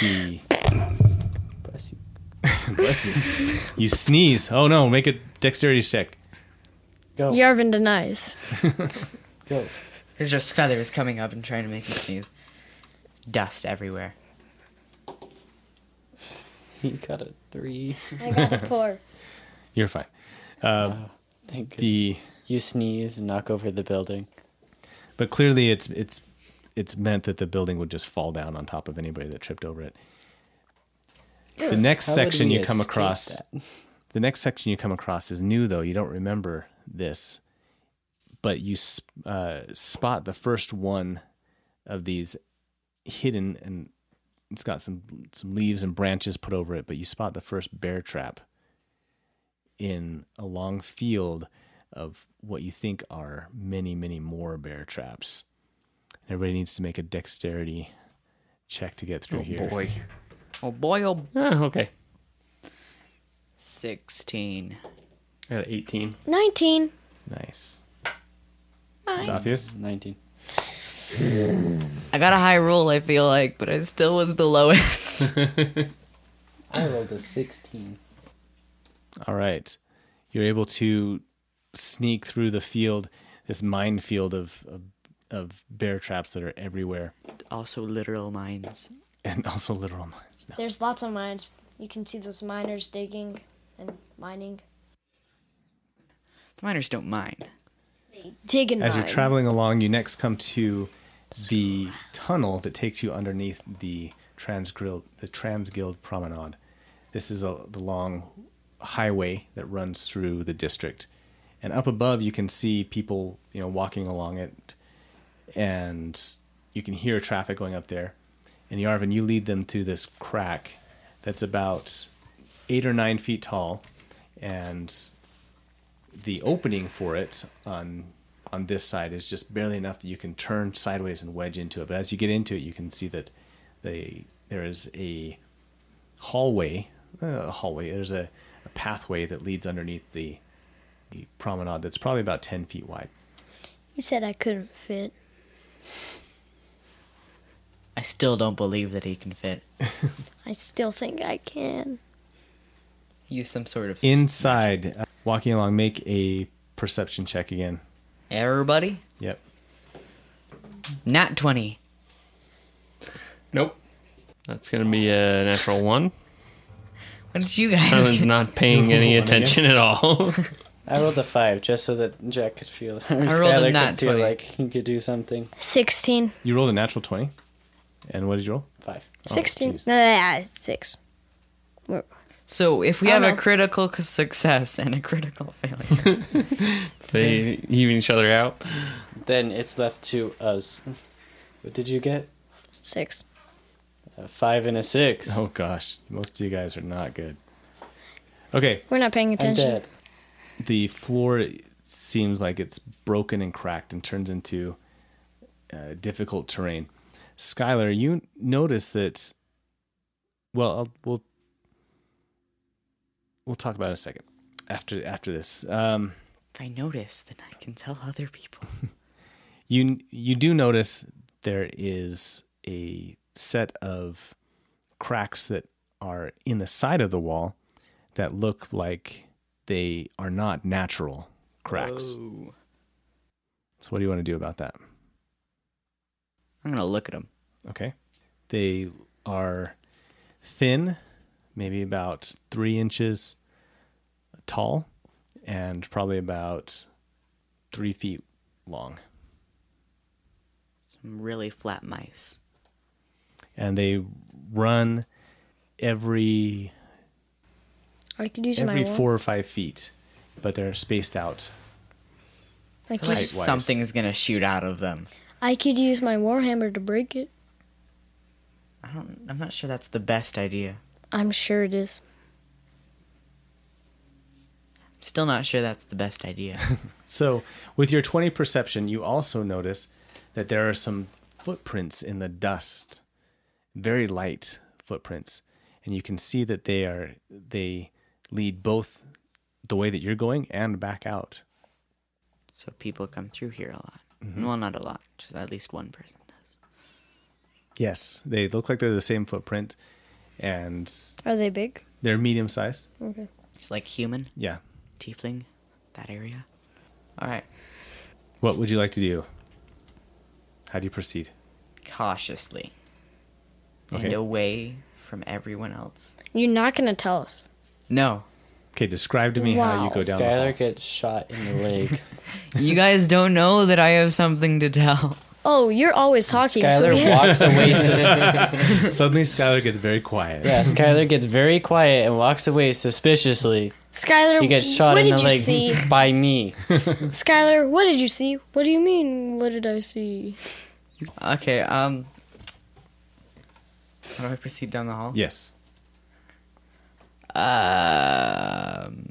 Speaker 1: The,
Speaker 6: Bless you.
Speaker 1: bless you. You sneeze. Oh no, make a dexterity check.
Speaker 6: Go.
Speaker 3: Yarvin denies.
Speaker 6: Go.
Speaker 5: There's just feathers coming up and trying to make me sneeze. Dust everywhere.
Speaker 6: He got a three.
Speaker 3: I got a four.
Speaker 1: You're fine. Uh,
Speaker 6: Ah, Thank you.
Speaker 1: The
Speaker 6: You sneeze and knock over the building.
Speaker 1: but clearly it's it's it's meant that the building would just fall down on top of anybody that tripped over it. The next
Speaker 6: How would
Speaker 1: section
Speaker 6: we
Speaker 1: you come
Speaker 6: escape
Speaker 1: across
Speaker 6: that?
Speaker 1: The next section you come across is new, though. You don't remember this, but you s- uh, spot the first one of these hidden, and it's got some some leaves and branches put over it. But you spot the first bear trap in a long field of what you think are many, many more bear traps. Everybody needs to make a dexterity check to get through
Speaker 4: Oh
Speaker 1: here.
Speaker 4: boy.
Speaker 5: Oh boy, oh.
Speaker 4: Ah, okay.
Speaker 5: 16.
Speaker 4: I got an eighteen.
Speaker 3: Nineteen.
Speaker 1: Nice. It's obvious.
Speaker 6: 19.
Speaker 5: I got a high roll, I feel like, but I still was the lowest.
Speaker 6: I rolled a 16.
Speaker 1: All right. You're able to sneak through the field, this minefield of, of, of bear traps that are everywhere
Speaker 5: also, literal mines.
Speaker 1: and also literal mines. No.
Speaker 3: There's lots of mines. You can see those miners digging and mining.
Speaker 5: The miners don't mine.
Speaker 3: Dig and
Speaker 1: As
Speaker 3: mine.
Speaker 1: you're traveling along, you next come to the tunnel that takes you underneath the Transguild, the Transguild Promenade. This is a, the long highway that runs through the district. And up above, you can see people, you know, walking along it, and you can hear traffic going up there. And Yarvin, you lead them through this crack that's about eight or nine feet tall, and the opening for it on on this side is just barely enough that you can turn sideways and wedge into it. But as you get into it, you can see that the there is a hallway, uh, a hallway. There's a, a pathway that leads underneath the, the promenade that's probably about ten feet wide.
Speaker 3: you said I couldn't fit.
Speaker 5: I still don't believe that he can fit.
Speaker 3: I still think I can.
Speaker 5: Use some sort of
Speaker 1: Inside, uh, walking along, make a perception check again.
Speaker 5: everybody.
Speaker 1: Yep.
Speaker 5: Nat twenty.
Speaker 4: Nope. That's gonna be a natural one.
Speaker 5: What did you guys?
Speaker 4: Carlin's
Speaker 5: get?
Speaker 4: not paying any
Speaker 1: One again.
Speaker 4: attention at all.
Speaker 6: I rolled a 5 just so that Jack could feel or
Speaker 5: a
Speaker 6: Skylar could
Speaker 5: nat
Speaker 6: feel
Speaker 5: 20.
Speaker 6: like he could do something.
Speaker 3: 16.
Speaker 1: You rolled a natural twenty, and what did you roll?
Speaker 6: 5.
Speaker 3: 16.
Speaker 1: jeez.
Speaker 3: No, yeah, 6.
Speaker 5: So if we
Speaker 3: Oh,
Speaker 5: have a
Speaker 3: no.
Speaker 5: critical c- success and a critical failure,
Speaker 4: they even each other out.
Speaker 6: Then it's left to us. What did you get?
Speaker 3: 6.
Speaker 6: A 5 and a 6.
Speaker 1: Oh gosh, most of you guys are not good. Okay,
Speaker 3: We're not paying
Speaker 6: I'm
Speaker 3: attention.
Speaker 6: dead.
Speaker 1: the floor seems like it's broken and cracked and turns into uh, difficult terrain. Skylar, you notice that. Well, I'll, we'll we'll talk about it in a second after after this. Um,
Speaker 5: if I notice, then I can tell other people.
Speaker 1: you you do notice there is a set of cracks that are in the side of the wall that look like they are not natural cracks.
Speaker 5: Whoa.
Speaker 1: So, what do you want to do about that?
Speaker 5: I'm gonna look at them.
Speaker 1: Okay. They are thin, maybe about three inches tall, and probably about three feet long.
Speaker 5: Some really flat mice.
Speaker 1: And they run every
Speaker 3: I could use
Speaker 1: every
Speaker 3: my wand.
Speaker 1: four or five feet, but they're spaced out.
Speaker 3: I could,
Speaker 5: Like
Speaker 1: Height-wise.
Speaker 5: something's gonna shoot out of them.
Speaker 3: I could use my warhammer to break it.
Speaker 5: I don't. I'm not sure that's the best idea.
Speaker 3: I'm sure it is.
Speaker 5: Still not sure that's the best idea.
Speaker 1: So, with your 20 perception, you also notice that there are some footprints in the dust, very light footprints, and you can see that they are they lead both the way that you're going and back out.
Speaker 5: so people come through here a lot. Well, not a lot. Just at least one person does.
Speaker 1: Yes, they look like they're the same footprint and
Speaker 3: Are they big?
Speaker 1: they're medium sized.
Speaker 3: Okay.
Speaker 5: Just like human,
Speaker 1: Yeah.
Speaker 5: tiefling, that area. All right.
Speaker 1: What would you like to do? How do you proceed?
Speaker 5: cautiously and
Speaker 1: Okay.
Speaker 5: away from everyone else.
Speaker 3: You're not going to tell us.
Speaker 5: No,
Speaker 1: Okay, describe to me how you
Speaker 3: Wow.
Speaker 1: go down. the hall.
Speaker 6: Skylar gets shot in the leg.
Speaker 5: you guys don't know that I have something to tell.
Speaker 3: Oh, you're always talking. so
Speaker 6: Skylar
Speaker 3: yeah.
Speaker 6: walks away. Su-
Speaker 1: Suddenly Skylar gets very quiet.
Speaker 6: yeah, Skylar gets very quiet and walks away suspiciously.
Speaker 3: Skylar,
Speaker 6: He gets shot
Speaker 3: what
Speaker 6: in
Speaker 3: did
Speaker 6: the
Speaker 3: you
Speaker 6: leg
Speaker 3: see?
Speaker 6: by me.
Speaker 3: Skylar, what did you see? What do you mean, what did I see?
Speaker 5: Okay, um, how do I proceed down the hall?
Speaker 1: Yes.
Speaker 5: Um,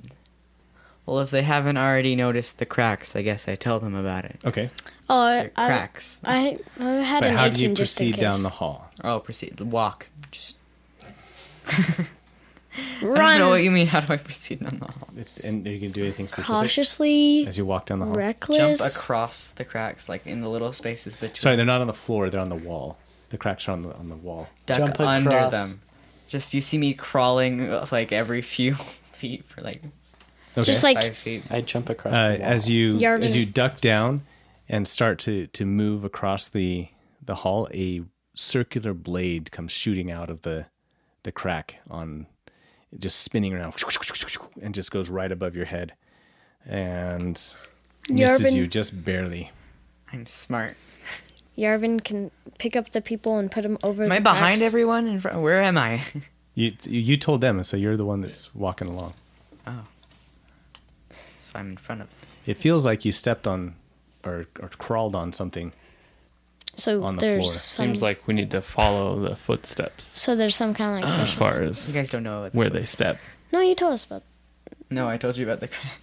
Speaker 5: well, if they haven't already noticed the cracks, I guess I tell them about it.
Speaker 1: Okay.
Speaker 3: Oh,
Speaker 5: They're
Speaker 3: I, I,
Speaker 5: cracks.
Speaker 3: I, I had
Speaker 1: But
Speaker 3: an
Speaker 1: how
Speaker 3: 18
Speaker 1: do you
Speaker 3: just in
Speaker 1: proceed
Speaker 3: case.
Speaker 1: down the hall?
Speaker 5: oh, proceed. Walk. Just I don't know what
Speaker 3: run
Speaker 5: you mean. How do I proceed on the hop?
Speaker 1: It's, and you can do anything specific
Speaker 3: cautiously,
Speaker 1: as you walk down the hall.
Speaker 5: Jump
Speaker 3: reckless.
Speaker 5: across the cracks, like in the little spaces between.
Speaker 1: Sorry, they're not on the floor. They're on the wall. The cracks are on the on the wall.
Speaker 5: duck
Speaker 6: Jump
Speaker 5: under
Speaker 6: across.
Speaker 5: them. Just you see me crawling uh, like every few feet for like
Speaker 1: Okay.
Speaker 3: Just like
Speaker 5: five feet.
Speaker 6: I jump across
Speaker 1: uh,
Speaker 6: the wall.
Speaker 1: as you
Speaker 3: Yarvis.
Speaker 1: as you duck down and start to to move across the the hall, a circular blade comes shooting out of the the crack on just spinning around and just goes right above your head and misses
Speaker 3: Yarvin.
Speaker 1: you just barely.
Speaker 5: I'm smart.
Speaker 3: Yarvin can pick up the people and put them over.
Speaker 5: Am I
Speaker 3: the
Speaker 5: behind
Speaker 3: cracks.
Speaker 5: everyone? In front? Where am I?
Speaker 1: You you told them, so you're the one that's walking along.
Speaker 5: so I'm in front of.
Speaker 1: It feels like you stepped on or or crawled on something.
Speaker 3: So
Speaker 1: on the
Speaker 3: there's
Speaker 1: floor.
Speaker 3: some.
Speaker 4: Seems like we need to follow the footsteps
Speaker 3: so there's some kind of like.
Speaker 4: as far
Speaker 5: You
Speaker 4: as
Speaker 5: guys don't know about
Speaker 4: where they step.
Speaker 3: No, you told us about.
Speaker 5: No, I told you about the crack.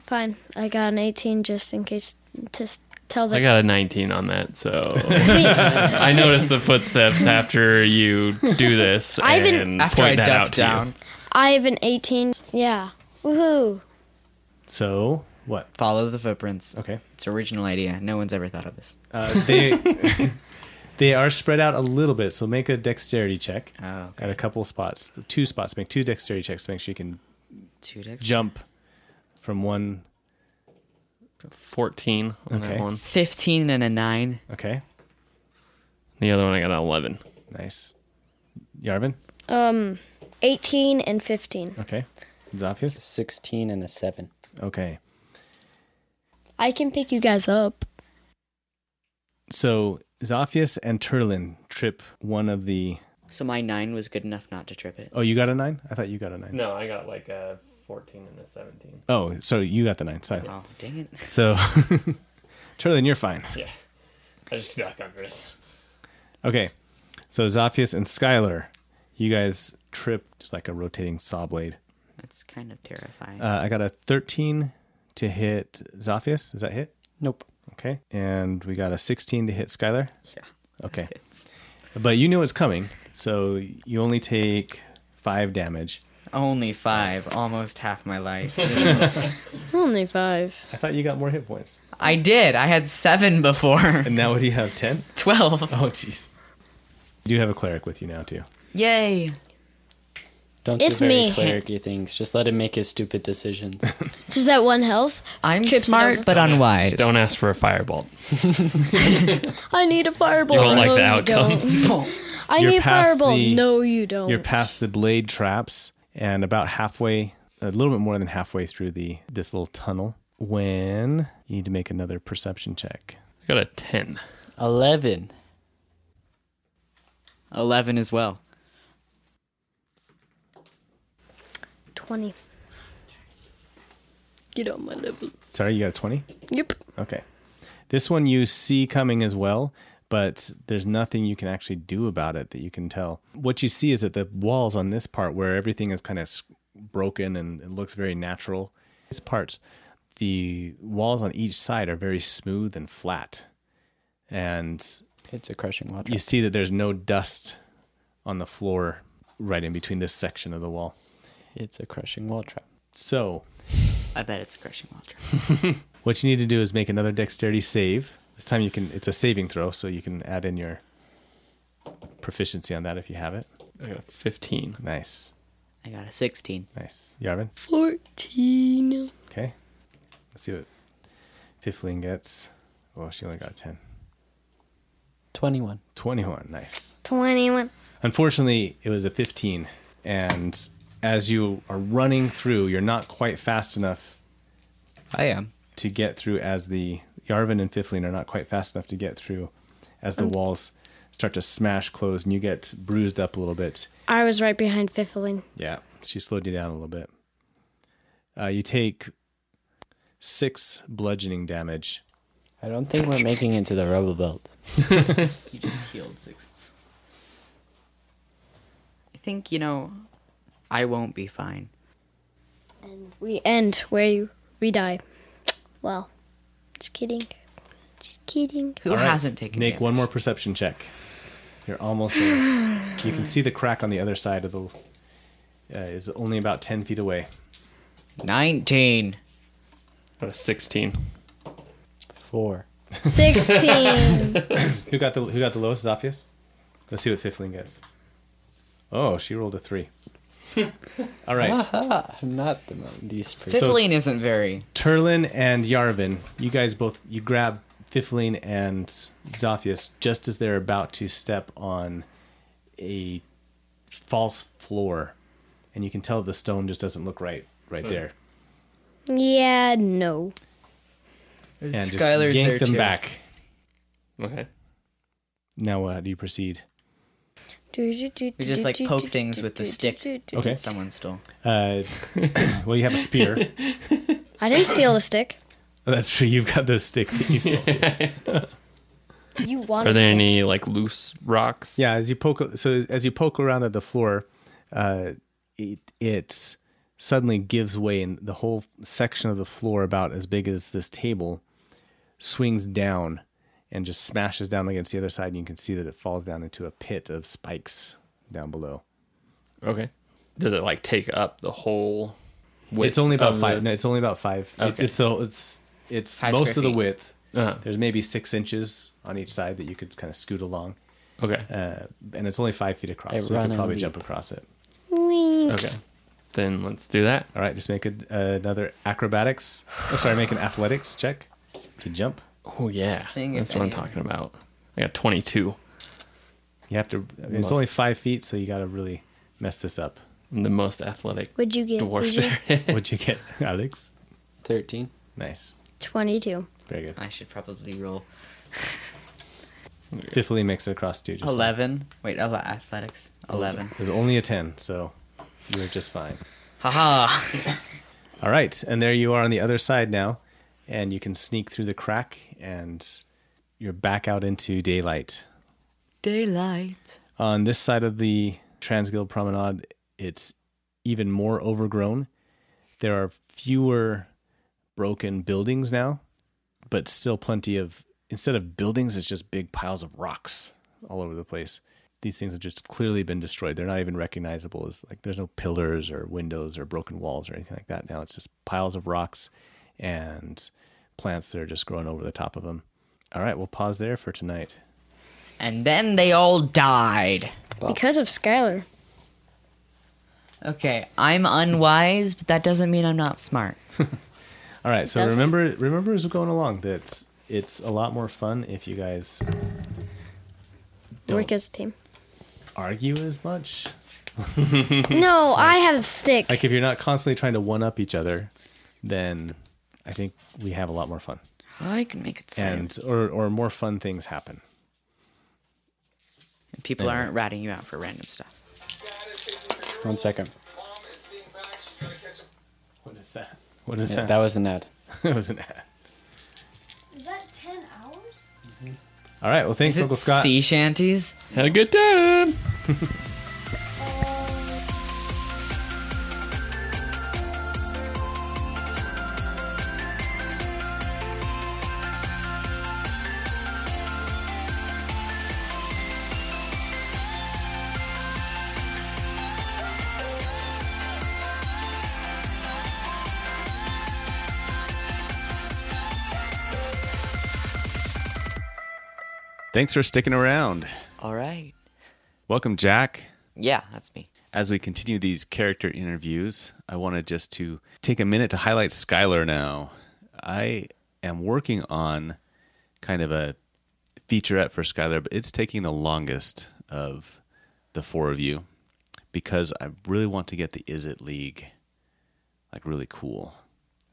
Speaker 3: Fine, I got an 18 just in case to s- tell the.
Speaker 4: I got a 19 on that, so I noticed the footsteps after you do this
Speaker 3: I even-
Speaker 4: and
Speaker 5: After I
Speaker 4: Mm, point that out
Speaker 5: ducked
Speaker 4: to
Speaker 5: down,
Speaker 4: you.
Speaker 3: I have an 18. Yeah. Woohoo!
Speaker 1: So what?
Speaker 5: follow the footprints.
Speaker 1: Okay.
Speaker 5: It's an original idea. No one's ever thought of this.
Speaker 1: Uh, they they are spread out a little bit, so make a dexterity check
Speaker 5: Oh, okay.
Speaker 1: at a couple spots, two spots. Make two dexterity checks to make sure you can
Speaker 5: Two decks.
Speaker 1: jump from one.
Speaker 4: 14 on that
Speaker 1: Okay.
Speaker 4: one.
Speaker 5: Fifteen and a nine.
Speaker 1: Okay,
Speaker 4: The other one I got an 11.
Speaker 1: nice. Yarvin,
Speaker 3: 18 Um, and 15.
Speaker 1: okay. Zafius,
Speaker 6: 16 and a 7.
Speaker 1: okay.
Speaker 3: I can pick you guys up.
Speaker 1: So Zafius and Turlin trip one of the.
Speaker 5: So my nine was good enough not to trip it.
Speaker 1: Oh, you got a nine? I thought you got a nine.
Speaker 4: No, I got like a 14 and a 17.
Speaker 1: Oh, so you got the nine. Sorry.
Speaker 5: Oh, dang it.
Speaker 1: So Turlin, you're fine.
Speaker 4: Yeah. I just got under it.
Speaker 1: Okay. So Zafius and Skylar, you guys trip just like a rotating saw blade.
Speaker 5: That's kind of terrifying.
Speaker 1: Uh, I got a 13 to hit Zafius. Is that hit?
Speaker 6: Nope.
Speaker 1: Okay. And we got a 16 to hit Skylar.
Speaker 5: yeah.
Speaker 1: Okay.
Speaker 5: It's,
Speaker 1: But you know it's coming. So you only take five damage.
Speaker 5: Only five, almost half my life.
Speaker 3: Only five.
Speaker 1: I thought you got more hit points.
Speaker 5: I did. I had seven before.
Speaker 1: And now what do you have? 10?
Speaker 5: Twelve.
Speaker 1: Oh, jeez. You do have a cleric with you now, too.
Speaker 5: Yay.
Speaker 6: Don't
Speaker 3: It's
Speaker 6: do very
Speaker 3: me.
Speaker 6: clericky things. Just let him make his stupid decisions.
Speaker 3: Just that one health.
Speaker 5: I'm
Speaker 3: Trips it
Speaker 5: smart
Speaker 3: over.
Speaker 5: but unwise.
Speaker 4: Just don't ask for a firebolt.
Speaker 3: I need a fireball.
Speaker 4: You don't like
Speaker 3: no,
Speaker 4: the
Speaker 3: you
Speaker 4: outcome.
Speaker 3: don't. I
Speaker 1: You're
Speaker 3: need a
Speaker 1: past
Speaker 3: fireball.
Speaker 1: the-
Speaker 3: no, you don't.
Speaker 1: You're past the blade traps and about halfway, a little bit more than halfway through the this little tunnel when you need to make another perception check.
Speaker 4: I got a 10.
Speaker 6: 11.
Speaker 5: Eleven as well.
Speaker 3: 20. Get on my level.
Speaker 1: Sorry, you got a 20?
Speaker 3: Yep.
Speaker 1: Okay. This one you see coming as well, but there's nothing you can actually do about it that you can tell. What you see is that the walls on this part, where everything is kind of s- broken and it looks very natural, this part, the walls on each side are very smooth and flat. And
Speaker 6: It's a crushing watch.
Speaker 1: you see that there's no dust on the floor right in between this section of the wall.
Speaker 6: It's a crushing wall trap.
Speaker 1: So,
Speaker 5: I bet it's a crushing launcher.
Speaker 1: what you need to do is make another dexterity save. This time you can it's a saving throw, so you can add in your proficiency on that if you have it.
Speaker 4: I got a 15.
Speaker 1: Nice.
Speaker 5: I got a sixteen.
Speaker 1: Nice. Yarvin.
Speaker 3: 14.
Speaker 1: Okay. Let's see what Piffling gets. Oh, she only got a 10.
Speaker 6: 21.
Speaker 1: 21. Nice.
Speaker 3: 21.
Speaker 1: Unfortunately, it was a 15. And as you are running through, you're not quite fast enough
Speaker 5: I am.
Speaker 1: to get through as the Yarvin and Fifling are not quite fast enough to get through as
Speaker 5: Mm.
Speaker 1: the walls start to smash close and you get bruised up a little bit.
Speaker 3: I was right behind Fiffling.
Speaker 1: Yeah, she slowed you down a little bit. Uh, you take six bludgeoning damage.
Speaker 6: I don't think we're making it to the rubble belt.
Speaker 5: You just healed six. I think you know. I won't be fine.
Speaker 3: We end where you, we die. Well, just kidding. Just kidding.
Speaker 5: Who
Speaker 1: All right,
Speaker 5: hasn't taken
Speaker 1: Make
Speaker 5: damage?
Speaker 1: one more perception check. You're almost there. You can see the crack on the other side of the uh, is only about 10 feet away.
Speaker 5: 19.
Speaker 4: Got a 16.
Speaker 6: Four.
Speaker 3: 16.
Speaker 1: Who got the who got the lowest? Zophius. Let's see what Fifling gets. Oh, she rolled a three. All right,
Speaker 6: Ah, I'm not the mo- least person.
Speaker 5: Fifteen isn't very.
Speaker 1: Turlin and Yarvin, you guys both you grab Fifling and Zophius just as they're about to step on a false floor, and you can tell the stone just doesn't look right right there.
Speaker 3: yeah, no.
Speaker 1: And just
Speaker 5: Skylar's
Speaker 1: yank
Speaker 5: there
Speaker 1: them
Speaker 5: too.
Speaker 1: back.
Speaker 4: Okay.
Speaker 1: Now, uh, do you proceed?
Speaker 3: We
Speaker 5: We just like poke things with the stick
Speaker 1: Okay.
Speaker 5: that someone stole.
Speaker 1: Uh, well, you have a spear. Oh,
Speaker 3: I didn't steal the stick.
Speaker 1: That's true. You've got the stick that you stole.
Speaker 3: You want
Speaker 4: Are
Speaker 3: a
Speaker 4: there
Speaker 3: stick.
Speaker 4: any like loose rocks?
Speaker 1: Yeah, as you poke, so as you poke around at the floor, uh, it it suddenly gives way, and the whole section of the floor, about as big as this table, swings down and just smashes down against the other side. And you can see that it falls down into a pit of spikes down below.
Speaker 4: Okay. Does it like take up the whole width?
Speaker 1: it's only about
Speaker 4: of
Speaker 1: five.
Speaker 4: the-
Speaker 1: No, it's only about five. It-
Speaker 4: Okay.
Speaker 1: it's so it's it's
Speaker 5: Five
Speaker 1: most of
Speaker 5: square
Speaker 1: the
Speaker 5: feet.
Speaker 1: width.
Speaker 4: Uh-huh.
Speaker 1: There's maybe six inches on each side that you could kind of scoot along,
Speaker 4: Okay.
Speaker 1: uh, and it's only five feet across.
Speaker 6: I
Speaker 1: so you
Speaker 6: run
Speaker 1: could
Speaker 6: and
Speaker 1: probably
Speaker 6: leap.
Speaker 1: jump across it.
Speaker 3: Wink.
Speaker 4: Okay. Then let's do that.
Speaker 1: All right, just make a, another acrobatics. Oh, sorry, make an athletics check to jump.
Speaker 4: Oh yeah.
Speaker 5: Seeing if
Speaker 4: That's what I'm
Speaker 5: any-
Speaker 4: talking about. I got 22.
Speaker 1: You have to. I mean, it's
Speaker 4: Must-
Speaker 1: only five feet, so you got to really mess this up.
Speaker 4: I'm the most athletic
Speaker 3: Would you get
Speaker 4: dwarf
Speaker 3: did you?
Speaker 4: there.
Speaker 1: What'd you get, Alex?
Speaker 6: Thirteen.
Speaker 1: Nice,
Speaker 3: 22.
Speaker 1: very good.
Speaker 5: I should probably roll
Speaker 1: Fifthly makes it across too. Just fine.
Speaker 5: eleven. Wait, ele- athletics. Eleven.
Speaker 1: There's only a ten, so you're just fine.
Speaker 5: Haha.
Speaker 1: All right, and there you are on the other side now, and you can sneak through the crack, and you're back out into daylight.
Speaker 5: Daylight.
Speaker 1: On this side of the Transguild Promenade, it's even more overgrown. There are fewer broken buildings now, but still plenty of, instead of buildings, it's just big piles of rocks all over the place. These things have just clearly been destroyed. They're not even recognizable as like there's no pillars or windows or broken walls or anything like that. Now it's just piles of rocks and plants that are just growing over the top of them. All right, we'll pause there for tonight.
Speaker 5: And then they all died.
Speaker 3: Because of Skylar.
Speaker 5: Okay, I'm unwise, but that doesn't mean I'm not smart.
Speaker 1: All right, so
Speaker 3: doesn't.
Speaker 1: remember, remember as we're going along that it's a lot more fun if you guys
Speaker 3: Work as a team.
Speaker 1: argue as much.
Speaker 3: No, I have the stick.
Speaker 1: Like if you're not constantly trying to one up each other, then I think we have a lot more fun,
Speaker 5: I can make it. Fun.
Speaker 1: and or or more fun things happen.
Speaker 5: People aren't ratting you out for random stuff.
Speaker 6: One second.
Speaker 1: What is that? What is
Speaker 6: Yeah,
Speaker 1: that?
Speaker 6: that was an ad.
Speaker 1: That was an ad.
Speaker 2: Is that 10 hours?
Speaker 1: All right, well, thanks,
Speaker 5: Is
Speaker 1: Uncle
Speaker 5: it
Speaker 1: Scott.
Speaker 5: sea shanties?
Speaker 4: Had a good time.
Speaker 7: Thanks for sticking around.
Speaker 5: All right.
Speaker 7: Welcome, Jack.
Speaker 5: Yeah, that's me.
Speaker 7: As we continue these character interviews, I wanted just to take a minute to highlight Skylar now. I am working on kind of a featurette for Skylar, but it's taking the longest of the four of you because I really want to get the Is It League like really cool.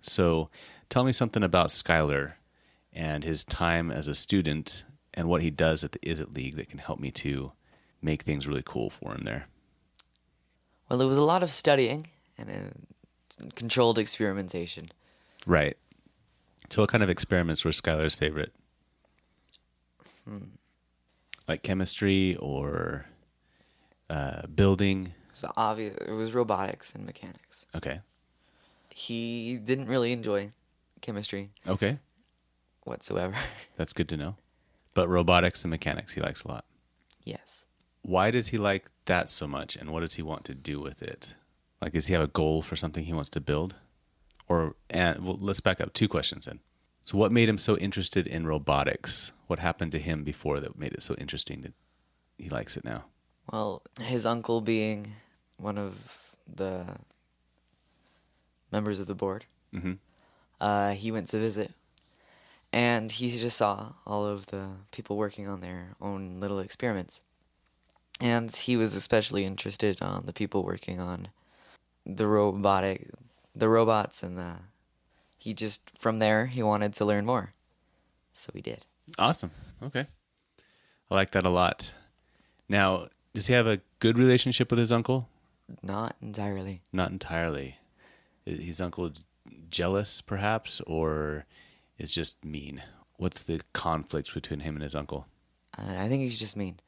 Speaker 7: So tell me something about Skylar and his time as a student and what he does at the Is It League that can help me to make things really cool for him there.
Speaker 5: Well, it was a lot of studying and uh, controlled experimentation.
Speaker 7: Right. So, what kind of experiments were Skylar's favorite? Hmm. Like chemistry or uh, building?
Speaker 5: It was obvious. It was robotics and mechanics.
Speaker 7: Okay.
Speaker 5: He didn't really enjoy chemistry
Speaker 7: Okay.
Speaker 5: whatsoever.
Speaker 7: That's good to know. But robotics and mechanics, he likes a lot.
Speaker 5: yes.
Speaker 7: Why does he like that so much and what does he want to do with it?
Speaker 1: Like, does he have a goal for something he wants to build? Or, and well, let's back up two questions then. So, what made him so interested in robotics? What happened to him before that made it so interesting that he likes it now?
Speaker 2: Well, his uncle being one of the members of the board, uh, he went to visit, and he just saw all of the people working on their own little experiments, and he was especially interested on the people working on the robotic, the robots, and the. He just from there he wanted to learn more, so he did.
Speaker 1: Awesome. Okay. I like that a lot. Now, does he have a good relationship with his uncle?
Speaker 2: Not entirely.
Speaker 1: Not entirely. His uncle is jealous, perhaps, or is just mean. What's the conflict between him and his uncle?
Speaker 2: Uh, I think he's just mean.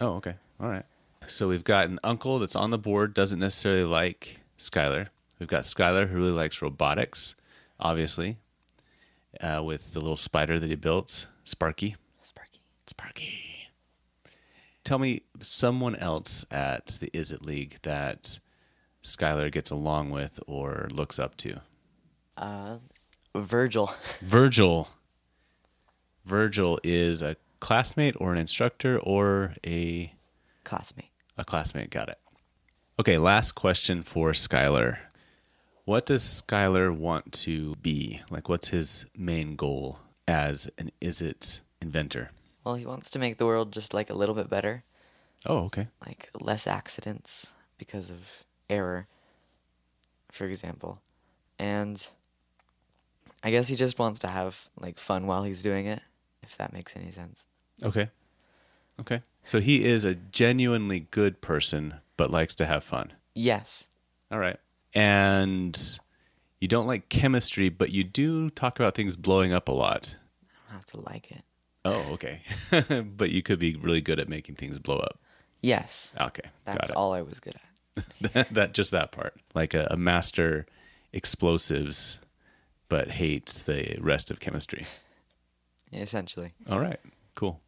Speaker 1: Oh, okay. All right. So we've got an uncle that's on the board, doesn't necessarily like Skylar. We've got Skylar who really likes robotics, obviously, uh, with the little spider that he built, Sparky.
Speaker 2: Sparky.
Speaker 1: Sparky. Tell me someone else at the Is It League that Skylar gets along with or looks up to.
Speaker 2: Virgil.
Speaker 1: Virgil. Virgil is a classmate or an instructor or a
Speaker 2: Classmate.
Speaker 1: a classmate. Got it. Okay, last question for Skylar. What does Skylar want to be? Like, what's his main goal as an Is It inventor?
Speaker 2: Well, he wants to make the world just like a little bit better,
Speaker 1: Oh, okay.
Speaker 2: like less accidents because of error, for example. And I guess he just wants to have like fun while he's doing it, if that makes any sense.
Speaker 1: Okay. Okay. So he is a genuinely good person, but likes to have fun.
Speaker 2: Yes.
Speaker 1: All right. And you don't like chemistry, but you do talk about things blowing up a lot.
Speaker 2: I don't have to like it.
Speaker 1: Oh, okay. but you could be really good at making things blow up.
Speaker 2: Yes.
Speaker 1: Okay.
Speaker 2: That's
Speaker 1: got it.
Speaker 2: all I was good at.
Speaker 1: that just that part. Like a, a master explosives but hates the rest of chemistry.
Speaker 2: Essentially.
Speaker 1: All right. Cool.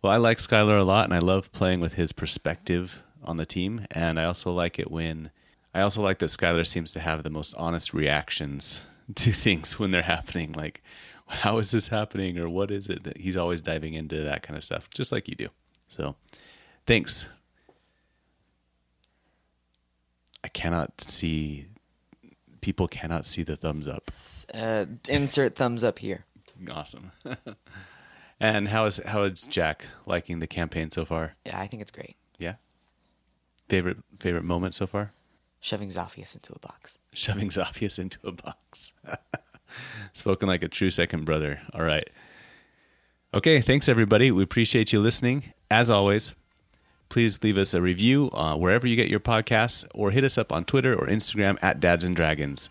Speaker 1: Well, I like Skylar a lot and I love playing with his perspective on the team and I also like it when I also like that Skylar seems to have the most honest reactions to things when they're happening like how is this happening or what is it that he's always diving into that kind of stuff just like you do. So, thanks. I cannot see people cannot see the thumbs up.
Speaker 2: Uh, insert thumbs up here.
Speaker 1: Awesome. and how is how is Jack liking the campaign so far?
Speaker 2: Yeah, I think it's great.
Speaker 1: Yeah. Favorite favorite moment so far?
Speaker 2: Shoving Zophius into a box.
Speaker 1: Shoving Zophius into a box. Spoken like a true second brother. All right. Okay, thanks everybody. We appreciate you listening. As always, please leave us a review uh, wherever you get your podcasts or hit us up on Twitter or Instagram at Dads and Dragons.